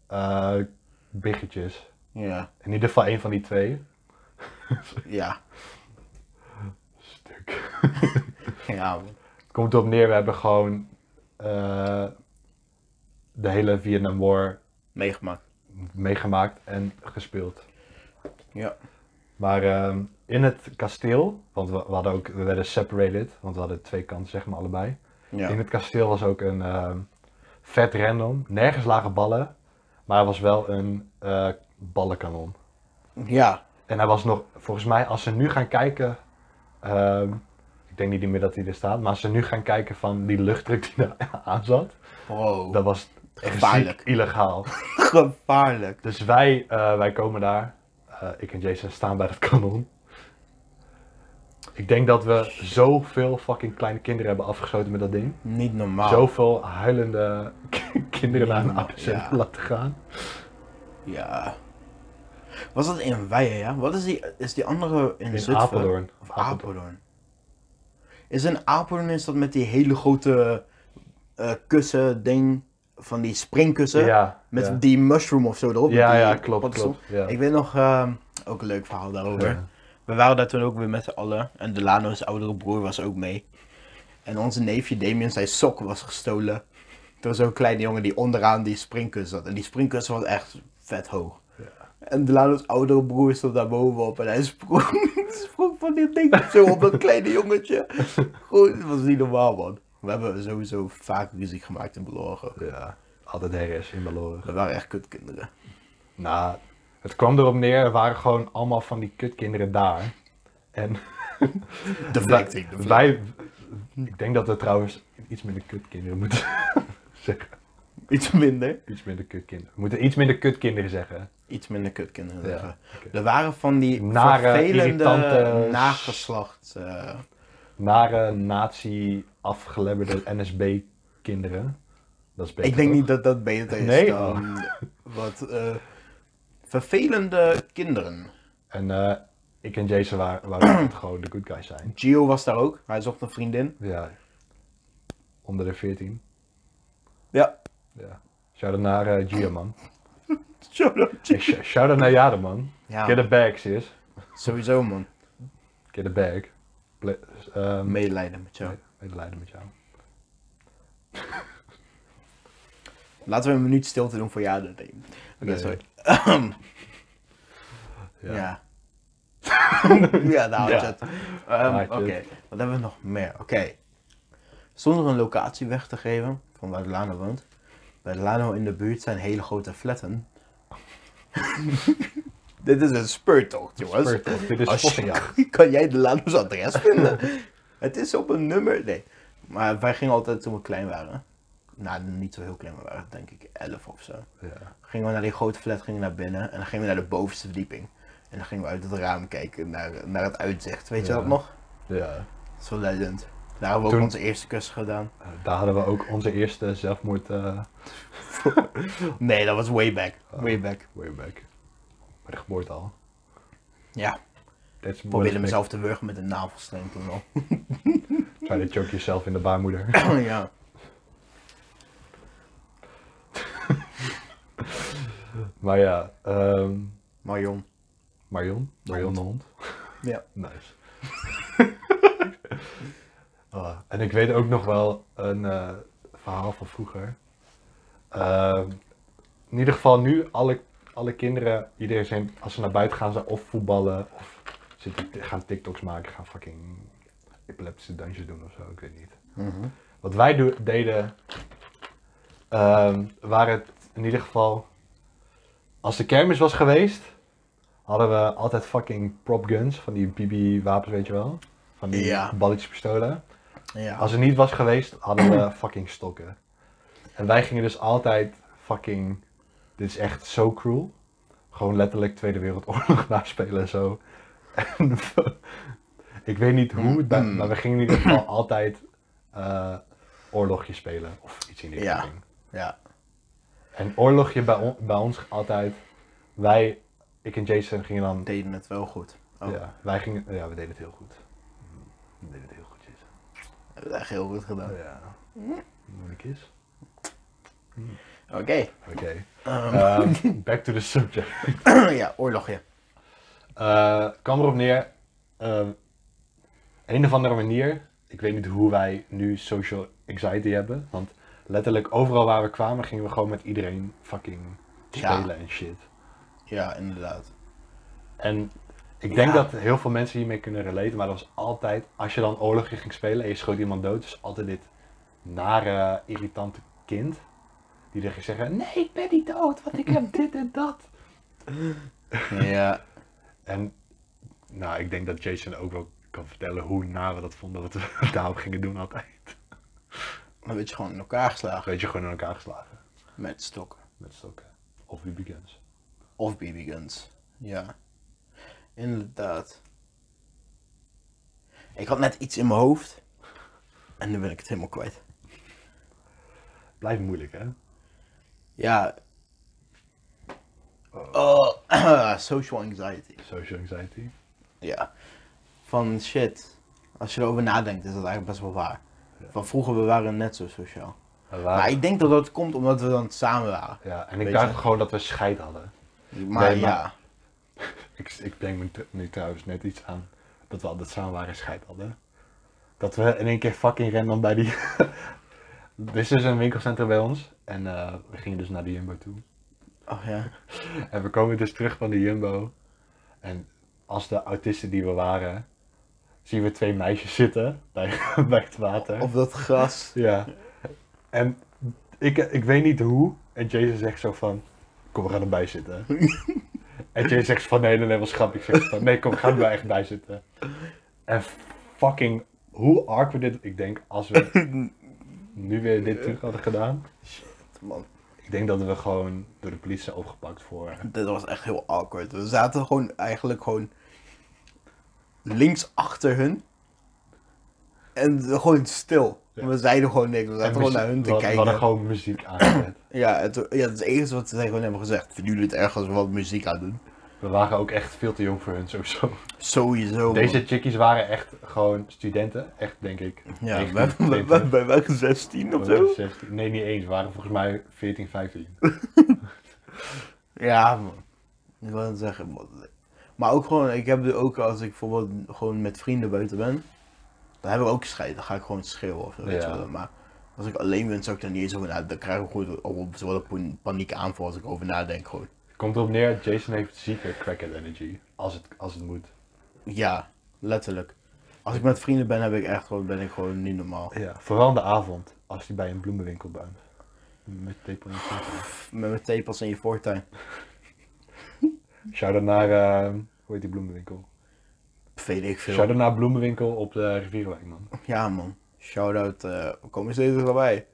Speaker 1: eh, biggetjes.
Speaker 2: Ja.
Speaker 1: In ieder geval één van die twee.
Speaker 2: Ja.
Speaker 1: Stuk.
Speaker 2: Ja, man.
Speaker 1: Het komt erop neer, we hebben gewoon eh, de hele Vietnam War
Speaker 2: Meegemaakt.
Speaker 1: meegemaakt en gespeeld.
Speaker 2: Ja.
Speaker 1: Maar ehm, in het kasteel, want we, we hadden ook, we werden separated, want we hadden twee kanten, zeg maar, allebei. In
Speaker 2: Ja.
Speaker 1: het kasteel was ook een ehm, vet random, nergens lagen ballen, maar er was wel een eh, ballenkanon.
Speaker 2: Ja.
Speaker 1: En hij was nog, volgens mij, als ze nu gaan kijken, ehm, ik denk niet meer dat hij er staat, maar als ze nu gaan kijken van die luchtdruk die daar [LAUGHS] aan zat,
Speaker 2: Bro.
Speaker 1: dat was echt
Speaker 2: Gevaarlijk.
Speaker 1: ziek illegaal.
Speaker 2: Gevaarlijk.
Speaker 1: Dus wij, eh, wij komen daar. Eh, ik en Jason staan bij dat kanon. Ik denk dat we zoveel fucking kleine kinderen hebben afgeschoten met dat ding.
Speaker 2: Niet normaal.
Speaker 1: Zoveel huilende [LAUGHS] ki- kinderen naar hun
Speaker 2: Ja,
Speaker 1: ouders hebben
Speaker 2: Mm, ja.
Speaker 1: laten gaan.
Speaker 2: Ja. Was dat in Weijen, ja? Wat is die, is die andere in,
Speaker 1: In
Speaker 2: Zutphen?
Speaker 1: Apeldoorn.
Speaker 2: Of Apeldoorn. Is in Apeldoorn is dat met die hele grote eh, kussen ding van die springkussen?
Speaker 1: Ja,
Speaker 2: Met
Speaker 1: ja.
Speaker 2: die mushroom of zo erop.
Speaker 1: Ja,
Speaker 2: met die
Speaker 1: ja, klopt,
Speaker 2: paddenstoel.
Speaker 1: klopt, ja.
Speaker 2: Ik weet nog, ehm, ook een leuk verhaal daarover.
Speaker 1: Ja.
Speaker 2: We waren daar toen ook weer met z'n allen. En Delano's oudere broer was ook mee. En onze neefje Damien, zijn sok was gestolen. Door zo'n kleine jongen die onderaan die springkussen zat. En die springkussen was echt vet hoog. En Delano's oudere broer stond daar bovenop en hij sprong, [LAUGHS] sprong van dit ding zo op dat kleine jongetje. Goed, dat was niet normaal man. We hebben sowieso vaak muziek gemaakt in Belorgen.
Speaker 1: Ja, altijd ergens in Baloren.
Speaker 2: We waren echt kutkinderen.
Speaker 1: Nou, het kwam erop neer, er waren gewoon allemaal van die kutkinderen daar. En
Speaker 2: De vlek, de vlek.
Speaker 1: wij, ik denk dat we trouwens iets minder kutkinderen moeten [LAUGHS] zeggen.
Speaker 2: Iets minder.
Speaker 1: Iets minder kutkinderen. We moeten iets minder kutkinderen zeggen.
Speaker 2: Iets minder kutkinderen.
Speaker 1: Ja,
Speaker 2: zeggen.
Speaker 1: oké.
Speaker 2: Er waren van die
Speaker 1: Nare, irritante-
Speaker 2: vervelende nageslacht. eh,
Speaker 1: Nare, nazi, afgelebberde NSB-kinderen. Dat is beter,
Speaker 2: ik denk
Speaker 1: toch?
Speaker 2: niet dat dat beter is
Speaker 1: Nee?
Speaker 2: dan wat eh, vervelende kinderen.
Speaker 1: En eh, ik en Jason waren, waren echt [CLEARS THROAT] gewoon de good guys zijn.
Speaker 2: Gio was daar ook. Hij zocht een vriendin.
Speaker 1: Ja. Onder de 14.
Speaker 2: Ja.
Speaker 1: Ja. Shout-out naar eh, Gia, man.
Speaker 2: Shout-out Gio.
Speaker 1: Hey, sh- Shout-out naar Jade, man.
Speaker 2: Ja.
Speaker 1: Get a bag, sis.
Speaker 2: Sowieso man.
Speaker 1: Get a bag. Ble- ehm,
Speaker 2: Medelijden met jou.
Speaker 1: medelijden met jou.
Speaker 2: Laten we een minuut stilte doen voor jou. Oké,
Speaker 1: Nee.
Speaker 2: sorry.
Speaker 1: Ja. [LAUGHS]
Speaker 2: Ja. ja, daar had je
Speaker 1: Ja.
Speaker 2: het. Ehm,
Speaker 1: had je
Speaker 2: Oké,
Speaker 1: het.
Speaker 2: wat hebben we nog meer? Oké. Zonder een locatie weg te geven van waar Lano woont. Bij Lano in de buurt zijn hele grote flatten. [LAUGHS] Dit is een speurtocht, jongens.
Speaker 1: Speurtocht, dit is
Speaker 2: Als je-
Speaker 1: vossenjacht.
Speaker 2: [LAUGHS] Kan jij de Lano's adres vinden? [LAUGHS] het is op een nummer. Nee. Maar wij gingen altijd toen we klein waren. Nou, niet zo heel klein, maar we waren denk ik 11 of zo
Speaker 1: Ja.
Speaker 2: gingen we naar die grote flat, gingen we naar binnen en dan gingen we naar de bovenste verdieping. En dan gingen we uit het raam kijken naar, naar het uitzicht. Weet je
Speaker 1: Ja.
Speaker 2: dat nog?
Speaker 1: ja.
Speaker 2: Zo legend. Daar hebben we ook
Speaker 1: Toen-
Speaker 2: onze eerste kus gedaan.
Speaker 1: Eh, Daar hadden we ook onze eerste zelfmoord eh
Speaker 2: Nee, dat was way back. Way back.
Speaker 1: way back. Bij de geboorte al.
Speaker 2: Ja,
Speaker 1: That's [COUGHS]
Speaker 2: probeerde mezelf te wurgen met een navelstreng toen al.
Speaker 1: Try to choke yourself in de baarmoeder.
Speaker 2: [COUGHS]
Speaker 1: [LAUGHS]
Speaker 2: ja.
Speaker 1: maar ja, ehm,
Speaker 2: Marion.
Speaker 1: Marion?
Speaker 2: De
Speaker 1: Marion de hond?
Speaker 2: Ja.
Speaker 1: [LAUGHS] Nice. Ah, en ik weet ook nog wel een eh, verhaal van vroeger. Ehm, in ieder geval nu alle, alle kinderen, iedereen zijn, als ze naar buiten gaan, ze of voetballen of zitten, gaan TikToks maken, gaan fucking epileptische dansjes doen of zo, ik weet niet. Wat wij do- deden, ehm, waren het in ieder geval, als de kermis was geweest, hadden we altijd fucking prop guns, van die BB-wapens, weet je wel? Van die
Speaker 2: Ja.
Speaker 1: balletjespistolen.
Speaker 2: Ja.
Speaker 1: Als het niet was geweest, hadden we [CLEARS THROAT] fucking stokken. En wij gingen dus altijd fucking, dit is echt zo cruel, gewoon letterlijk Tweede Wereldoorlog [LAUGHS] naspelen en zo. En [LAUGHS] ik weet niet
Speaker 2: Mm-hmm.
Speaker 1: hoe, da- maar we gingen in ieder geval [CLEARS THROAT] altijd eh oorlogje spelen of iets in die
Speaker 2: Ja.
Speaker 1: richting.
Speaker 2: ja.
Speaker 1: En oorlogje bij, on- bij ons altijd, wij, ik en Jason gingen dan
Speaker 2: Deden het wel goed. Oh,
Speaker 1: ja, wij gingen, ja, we deden het heel goed. Mm, We deden het heel goed, Jason.
Speaker 2: Hebben we het echt heel goed gedaan.
Speaker 1: Ja. Moet ik eens?
Speaker 2: Oké. [COUGHS]
Speaker 1: Oké. Ehm, back to the subject.
Speaker 2: ja, oorlogje.
Speaker 1: Eh kwam erop neer, eh, een of andere manier, ik weet niet hoe wij nu social anxiety hebben, want letterlijk overal waar we kwamen gingen we gewoon met iedereen fucking
Speaker 2: Ja.
Speaker 1: spelen en shit.
Speaker 2: Ja, inderdaad.
Speaker 1: En ik denk
Speaker 2: Ja.
Speaker 1: dat heel veel mensen hiermee kunnen relaten, maar dat was altijd, als je dan oorlogje ging spelen en je schoot iemand dood, dus altijd dit nare, irritante kind. Die er ging zeggen, nee, ik ben niet dood, want ik
Speaker 2: [LAUGHS]
Speaker 1: heb dit en dat.
Speaker 2: Ja.
Speaker 1: En nou, ik denk dat Jason ook wel kan vertellen hoe na we dat vonden, wat we [LAUGHS] daarop gingen doen altijd.
Speaker 2: Dan werd je gewoon in elkaar geslagen.
Speaker 1: Weet je, gewoon in elkaar geslagen.
Speaker 2: Met stokken.
Speaker 1: Met stokken. Of wie begins.
Speaker 2: Of BB-guns. Ja. Inderdaad. Ik had net iets in mijn hoofd. En nu ben ik het helemaal kwijt.
Speaker 1: Blijft moeilijk, hè?
Speaker 2: Ja. Oh, [COUGHS] social anxiety.
Speaker 1: Social anxiety.
Speaker 2: Ja. Van shit. Als je erover nadenkt, is dat eigenlijk best wel waar. Van vroeger, we waren net zo sociaal.
Speaker 1: En waar-
Speaker 2: Maar ik denk dat dat komt omdat we dan samen waren.
Speaker 1: Ja, en ik
Speaker 2: Weet je?
Speaker 1: dacht gewoon dat we scheid hadden.
Speaker 2: Maar
Speaker 1: Nee, maar-
Speaker 2: ja.
Speaker 1: Ik, ik denk me tr- nu trouwens net iets aan dat we altijd samen waren en scheid hadden. Dat we in één keer fucking random bij die... [LAUGHS] Er is dus een winkelcentrum bij ons. En eh, we gingen dus naar de Jumbo toe.
Speaker 2: Oh ja.
Speaker 1: En we komen dus terug van de Jumbo. En als de autisten die we waren, zien we twee meisjes zitten bij, [LAUGHS] bij het water.
Speaker 2: Op dat gras.
Speaker 1: Ja. En ik, ik weet niet hoe. En Jason zegt zo van, kom we gaan erbij zitten. en Jason zegt van, nee, nee, nee, was grap. Ik zeg van, nee, kom, we gaan er echt bij zitten. En fucking, hoe arg we dit, ik denk, als we nu weer dit terug hadden gedaan.
Speaker 2: Man,
Speaker 1: Ik denk dat we gewoon door de politie zijn opgepakt voor...
Speaker 2: dit was echt heel awkward. We zaten gewoon eigenlijk gewoon links achter hun. En gewoon stil.
Speaker 1: Ja.
Speaker 2: We zeiden gewoon niks. We zaten gewoon naar hun te
Speaker 1: We hadden
Speaker 2: kijken.
Speaker 1: gewoon muziek aangezet.
Speaker 2: Ja, het, ja, het is het enige wat ze tegen hun hebben gezegd. Vinden jullie het erg als we wat muziek aan doen?
Speaker 1: We waren ook echt veel te jong voor hun sowieso.
Speaker 2: Oh. Sowieso. man.
Speaker 1: Deze chickies waren echt gewoon studenten. Echt, denk ik.
Speaker 2: Ja,
Speaker 1: 19,
Speaker 2: wij, wij,
Speaker 1: 20.
Speaker 2: wij, wij waren 16
Speaker 1: We
Speaker 2: of
Speaker 1: waren
Speaker 2: zo.
Speaker 1: 16 nee, niet eens. We waren volgens mij 14, 15.
Speaker 2: Ja, man. Ik wil het zeggen, man. Maar ook gewoon, ik heb er ook als ik bijvoorbeeld gewoon met vrienden buiten ben, dan heb ik ook scheid. Dan ga ik gewoon schreeuwen of zo. Weet je
Speaker 1: Ja.
Speaker 2: wel. Maar als ik alleen ben, zou ik daar niet eens over nadenken. Dan krijg ik gewoon op zo'n pan- paniekaanval als ik over nadenk. Gewoon.
Speaker 1: Komt erop neer, Jason heeft zeker crackhead energy. Als het, als het moet.
Speaker 2: Ja, letterlijk. Als ik met vrienden ben, heb ik echt gewoon, ben ik gewoon niet normaal.
Speaker 1: Ja, vooral in de avond. Als hij bij een bloemenwinkel bent. Met tepel in je voeten.
Speaker 2: Met mijn tepels in je voortuin.
Speaker 1: Shout-out naar, eh, hoe heet die bloemenwinkel?
Speaker 2: Weet ik veel.
Speaker 1: Shout-out naar bloemenwinkel op de Rivierenwijk, man.
Speaker 2: Ja, man. Shout-out. eh, we komen steeds dichterbij.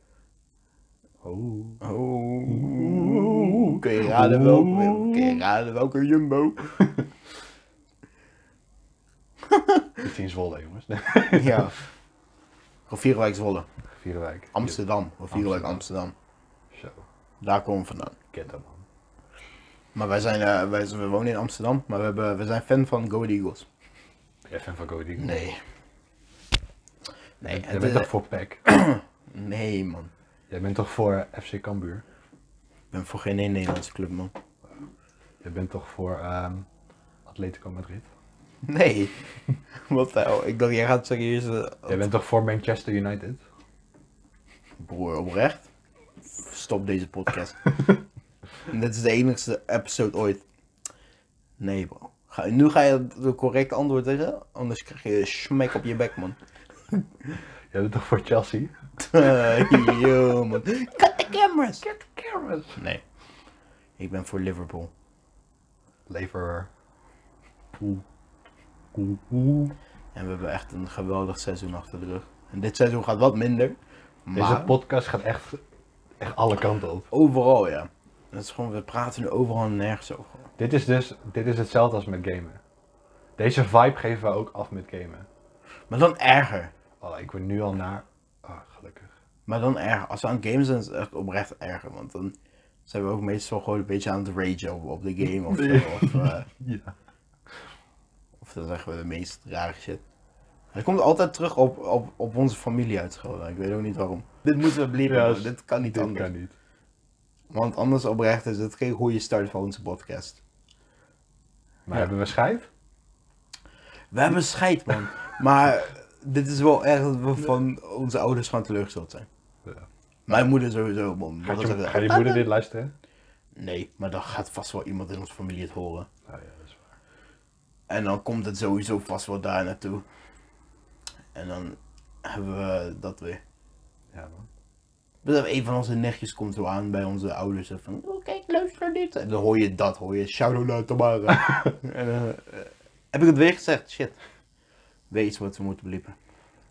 Speaker 1: Oh.
Speaker 2: Oh, kun je raden welke, kun je raden welke Jumbo? [LAUGHS]
Speaker 1: Iets in Zwolle, jongens. [LAUGHS]
Speaker 2: ja. Rivierenwijk Zwolle,
Speaker 1: Rivierenwijk.
Speaker 2: Amsterdam, Rivierenwijk Amsterdam.
Speaker 1: Zo.
Speaker 2: Daar komen we vandaan.
Speaker 1: Ghetto, man.
Speaker 2: Maar wij zijn, eh, wij, we wonen in Amsterdam, maar we, hebben, we zijn fan van Go Ahead Eagles.
Speaker 1: Jij fan van Cody?
Speaker 2: Nee. Nee,
Speaker 1: Jij
Speaker 2: het
Speaker 1: bent
Speaker 2: is-
Speaker 1: toch voor PEC?
Speaker 2: nee man.
Speaker 1: Jij bent toch voor FC Cambuur?
Speaker 2: Ik ben voor geen één Nederlandse club man.
Speaker 1: Jij bent toch voor ehm, Atletico Madrid?
Speaker 2: Nee. [LAUGHS] Wat de hel? Ik dacht, jij gaat serieus... eh,
Speaker 1: Jij bent toch voor Manchester United?
Speaker 2: Broer, oprecht? Stop deze podcast. Dit is de enigste episode ooit. Nee, bro. Ga, nu ga je de correcte antwoord zeggen, anders krijg je een smek op je bek, man. [LAUGHS]
Speaker 1: Jij bent toch voor Chelsea?
Speaker 2: Yo, man. Cut the cameras!
Speaker 1: Cameras.
Speaker 2: Nee. Ik ben voor Liverpool.
Speaker 1: Lever. Poel. Poel. Poel.
Speaker 2: En we hebben echt een geweldig seizoen achter de rug. En dit seizoen gaat wat minder.
Speaker 1: Deze
Speaker 2: Maar
Speaker 1: podcast gaat echt, echt alle kanten op.
Speaker 2: overal, ja. Dat is gewoon, we praten nu overal en nergens over.
Speaker 1: Dit is dus dit is hetzelfde als met gamen. Deze vibe geven we ook af met gamen.
Speaker 2: Maar dan erger.
Speaker 1: Oh, ik word nu al naar. Ah, gelukkig.
Speaker 2: Maar dan erg. Als we aan games zijn, is het echt oprecht erger. Want dan zijn we ook meestal gewoon een beetje aan het ragen op, op de game of zo.
Speaker 1: Nee.
Speaker 2: Of, eh,
Speaker 1: Ja.
Speaker 2: of dan zeggen we de meest rare shit. Het komt altijd terug op, op, op onze familie uit school. Ik weet ook niet waarom. Dit moeten we blijven.
Speaker 1: Ja,
Speaker 2: doen. dit kan niet
Speaker 1: Dit
Speaker 2: anders.
Speaker 1: kan niet.
Speaker 2: Want anders oprecht is het geen goede start voor onze podcast.
Speaker 1: Maar
Speaker 2: Ja.
Speaker 1: hebben we schijf?
Speaker 2: We hebben scheid, man. maar dit is wel echt dat we van onze ouders gewoon teleurgesteld zijn.
Speaker 1: Ja.
Speaker 2: Mijn moeder sowieso, man.
Speaker 1: Gaat
Speaker 2: Dat is
Speaker 1: je,
Speaker 2: echt-
Speaker 1: gaat je
Speaker 2: [LAUGHS]
Speaker 1: moeder dit luisteren?
Speaker 2: Nee, maar dan gaat vast wel iemand in onze familie het horen.
Speaker 1: Nou ja, dat is waar.
Speaker 2: En dan komt het sowieso vast wel daar naartoe. En dan hebben we dat weer.
Speaker 1: Ja, man.
Speaker 2: Dus een van onze nichtjes komt zo aan bij onze ouders. en Van, oh kijk, luister dit. En dan hoor je dat, hoor je shout-out naar [LAUGHS] Tamara. en, eh, eh, heb ik het weer gezegd? Shit. Weet wat we moeten beliepen.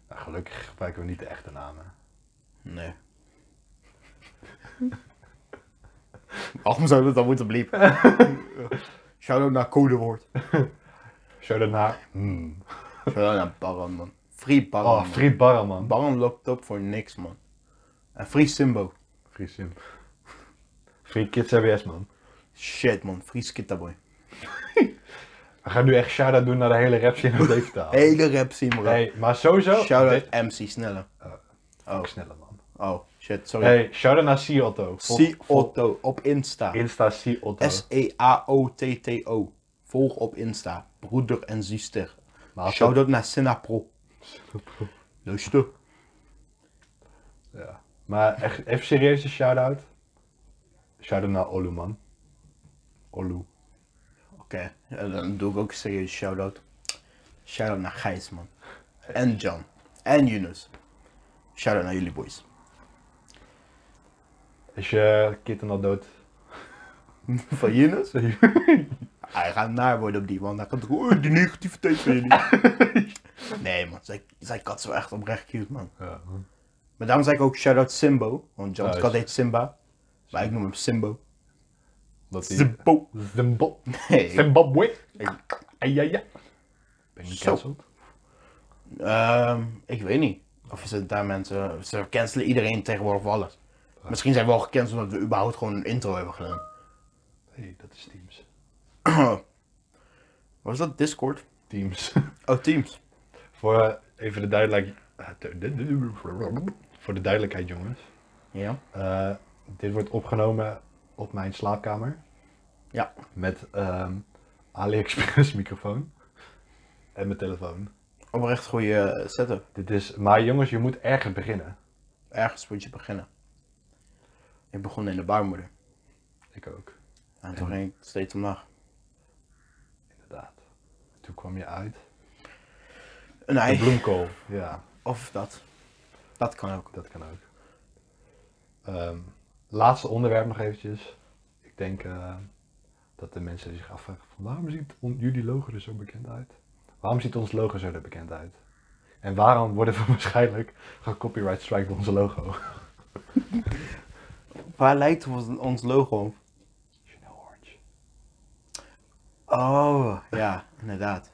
Speaker 1: Nou, gelukkig gebruiken we niet de echte namen.
Speaker 2: Nee. [LAUGHS] Waarom zouden we het dan moeten beliepen? [LAUGHS] shout-out naar codewoord.
Speaker 1: Show daarna. Hmm.
Speaker 2: Shout-out naar Baran, man. Free Baran.
Speaker 1: Oh,
Speaker 2: man.
Speaker 1: Fried Barra, man.
Speaker 2: Baran loopt op voor niks, man. En Free Simbo.
Speaker 1: Fried Sim. Fried Kids CBS, man.
Speaker 2: Shit, man. Fries Kittaboy.
Speaker 1: We gaan nu echt shout-out doen naar de hele rap scene op deze taal.
Speaker 2: Hele rap zien, bro.
Speaker 1: Hey, maar sowieso... Dit-
Speaker 2: Shout-out MC Snelle.
Speaker 1: Ook
Speaker 2: Oh,
Speaker 1: sneller, man.
Speaker 2: oh, shit, sorry.
Speaker 1: Hey, shout-out naar C Otto. Volg-
Speaker 2: C.
Speaker 1: volg
Speaker 2: Otto op Insta.
Speaker 1: Insta C Otto.
Speaker 2: S-E-A-O-T-T-O. Volg op Insta. Broeder en zuster.
Speaker 1: Maar als-
Speaker 2: Shout-out naar Sinapro. Luister.
Speaker 1: Ja. Maar echt, even serieus een shout-out. Shout-out naar Olu, man. Olu.
Speaker 2: Oké, en dan doe ik ook een serieus shout-out. Shout-out naar Gijs, man. En John. En Yunus. Shout-out naar jullie boys.
Speaker 1: Is je kitten al dood?
Speaker 2: [LAUGHS] Van Yunus? [LAUGHS] Hij gaat naar worden op die man. Hij gaat zeggen, oh, die negativiteit wil je niet. [LAUGHS] nee man, zij, zij kat is wel echt oprecht cute man.
Speaker 1: Ja, man.
Speaker 2: Maar daarom zei ik ook shout-out Simbo. Want John's
Speaker 1: Oh,
Speaker 2: kat
Speaker 1: is-
Speaker 2: heet Simba. Maar ik noem hem Simbo.
Speaker 1: Dat is
Speaker 2: Simbo.
Speaker 1: Zimbab
Speaker 2: Nee.
Speaker 1: Zimbabwe.
Speaker 2: Ik,
Speaker 1: Ai, ja, ja. Ben je
Speaker 2: Zo.
Speaker 1: gecanceld?
Speaker 2: ehm, ik weet niet. Of is het daar mensen... Ze cancelen iedereen tegenwoordig voor alles. Misschien zijn we al gecanceld omdat we überhaupt gewoon een intro hebben gedaan.
Speaker 1: Nee, dat is Teams.
Speaker 2: Was dat Discord?
Speaker 1: Teams. [LAUGHS]
Speaker 2: Oh, Teams.
Speaker 1: Voor eh, even de duidelijkheid. Voor de duidelijkheid, jongens.
Speaker 2: Ja.
Speaker 1: Eh, dit wordt opgenomen op mijn slaapkamer.
Speaker 2: Ja.
Speaker 1: Met ehm AliExpress microfoon. En mijn telefoon.
Speaker 2: Oprecht goede eh, setup.
Speaker 1: Dit is, maar jongens, je moet ergens beginnen.
Speaker 2: Ergens moet je beginnen. Ik begon in de baarmoeder.
Speaker 1: Ik ook,
Speaker 2: En toen ging ik steeds omlaag.
Speaker 1: inderdaad. Toen kwam je uit.
Speaker 2: Een
Speaker 1: De
Speaker 2: ei.
Speaker 1: bloemkool. Ja,
Speaker 2: Of dat. Dat kan ook.
Speaker 1: dat kan ook. Ehm, laatste onderwerp nog eventjes. Ik denk eh, dat de mensen zich afvragen van waarom ziet on- jullie logo er zo bekend uit? Waarom ziet ons logo zo er bekend uit? En waarom worden we [LAUGHS] waarschijnlijk gecopyright strike door onze logo?
Speaker 2: Waar lijkt ons, ons logo op?
Speaker 1: Chanel Orange.
Speaker 2: Oh, ja, inderdaad.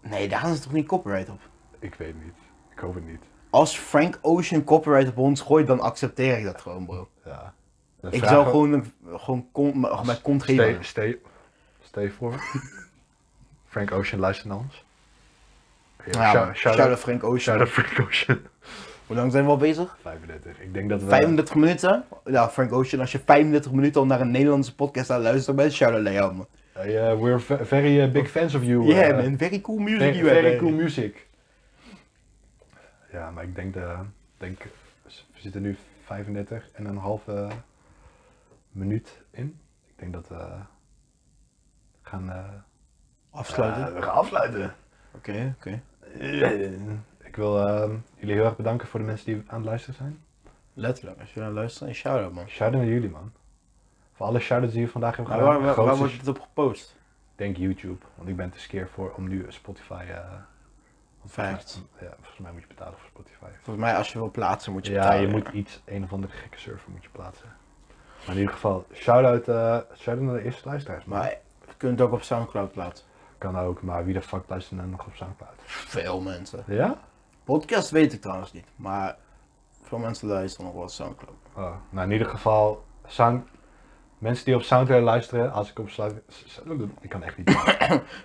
Speaker 2: Nee, daar gaan ze toch niet copyright op?
Speaker 1: Ik weet niet. Ik hoop het niet.
Speaker 2: Als Frank Ocean copyright op ons gooit, dan accepteer ik dat gewoon, bro.
Speaker 1: Ja. Dan
Speaker 2: Ik
Speaker 1: vragen
Speaker 2: zou
Speaker 1: we-
Speaker 2: gewoon, een- gewoon kont, m- mijn kont geven.
Speaker 1: Stay,
Speaker 2: [LAUGHS]
Speaker 1: stay, stay voor. Frank Ocean luistert naar ons. Ja, shout- shout out-
Speaker 2: Frank
Speaker 1: shout
Speaker 2: Ocean.
Speaker 1: out Frank Ocean.
Speaker 2: Hoe lang zijn we al bezig?
Speaker 1: 35. Ik denk dat we...
Speaker 2: 35 minuten? Nou, Frank Ocean, als je 35 minuten al naar een Nederlandse podcast aan het luisteren bent, shout out naar jou, man.
Speaker 1: Eh, yeah, we're ve- very eh, big fans of you.
Speaker 2: Yeah,
Speaker 1: eh,
Speaker 2: man. Very cool music
Speaker 1: Very,
Speaker 2: you have, eh.
Speaker 1: very
Speaker 2: man.
Speaker 1: cool music. Ja, maar ik denk, de, denk we zitten nu 35 en een halve minuut in. Ik denk dat we gaan, eh,
Speaker 2: Afsluiten.
Speaker 1: eh, we gaan afsluiten.
Speaker 2: Oké, oké.
Speaker 1: Ik wil ehm, jullie heel erg bedanken voor de mensen die aan het luisteren zijn.
Speaker 2: Letterlijk, als je naar luistert, een shout-out, man.
Speaker 1: Shout-out naar jullie, man. Voor alle shout-outs die we vandaag hebben
Speaker 2: Maar
Speaker 1: gedaan.
Speaker 2: waar, waar, waar
Speaker 1: grootste
Speaker 2: wordt dit op gepost?
Speaker 1: Ik denk YouTube, want ik ben te skeer voor om nu Spotify. eh
Speaker 2: Vijft.
Speaker 1: ja, volgens mij moet je betalen voor Spotify.
Speaker 2: Volgens mij, als je wil plaatsen, moet je
Speaker 1: ja,
Speaker 2: betalen.
Speaker 1: je moet iets, een of andere gekke server moet je plaatsen. Maar in ieder geval, shout-out eh, shout-out naar de eerste luisteraars. Maar
Speaker 2: Maar je kunt het ook op Soundcloud plaatsen.
Speaker 1: kan ook, maar wie de fuck luistert nou nog op Soundcloud?
Speaker 2: Veel mensen.
Speaker 1: Ja?
Speaker 2: Podcast weet ik trouwens niet, maar veel mensen luisteren nog wel Soundcloud.
Speaker 1: Oh, nou, in ieder geval, sound... mensen die op Soundcloud luisteren, als ik op Sound- Ik kan echt niet.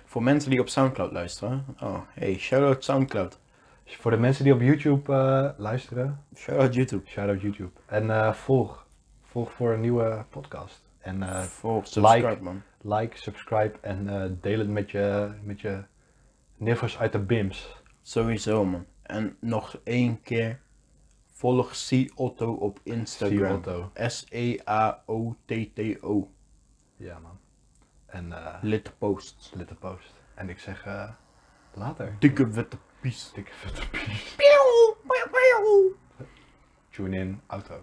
Speaker 2: Voor mensen die op Soundcloud luisteren. Oh, hey, shout-out Soundcloud.
Speaker 1: Dus voor de mensen die op YouTube eh, luisteren,
Speaker 2: Shout-out YouTube.
Speaker 1: shout-out YouTube. En eh, volg. Volg voor een nieuwe podcast. En eh,
Speaker 2: Volg, subscribe,
Speaker 1: like.
Speaker 2: man.
Speaker 1: like, subscribe en eh, deel het met je, met je niffers uit de bims.
Speaker 2: Sowieso, man. En nog één keer. Volg C Otto op Instagram. E
Speaker 1: Otto.
Speaker 2: S-E-A-O-T-T-O.
Speaker 1: Ja man. En eh
Speaker 2: Lit posts.
Speaker 1: lid de post. En ik zeg eh, later.
Speaker 2: Dikke witte pies.
Speaker 1: Dikke vette pies.
Speaker 2: Pew, pew, pew.
Speaker 1: Tune in, auto.